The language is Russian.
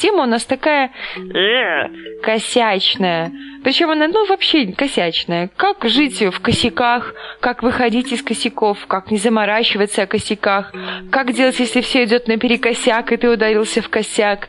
тема у нас такая э, косячная. Причем она, ну, вообще не косячная. Как жить в косяках, как выходить из косяков, как не заморачиваться о косяках, как делать, если все идет наперекосяк, и ты ударился в косяк.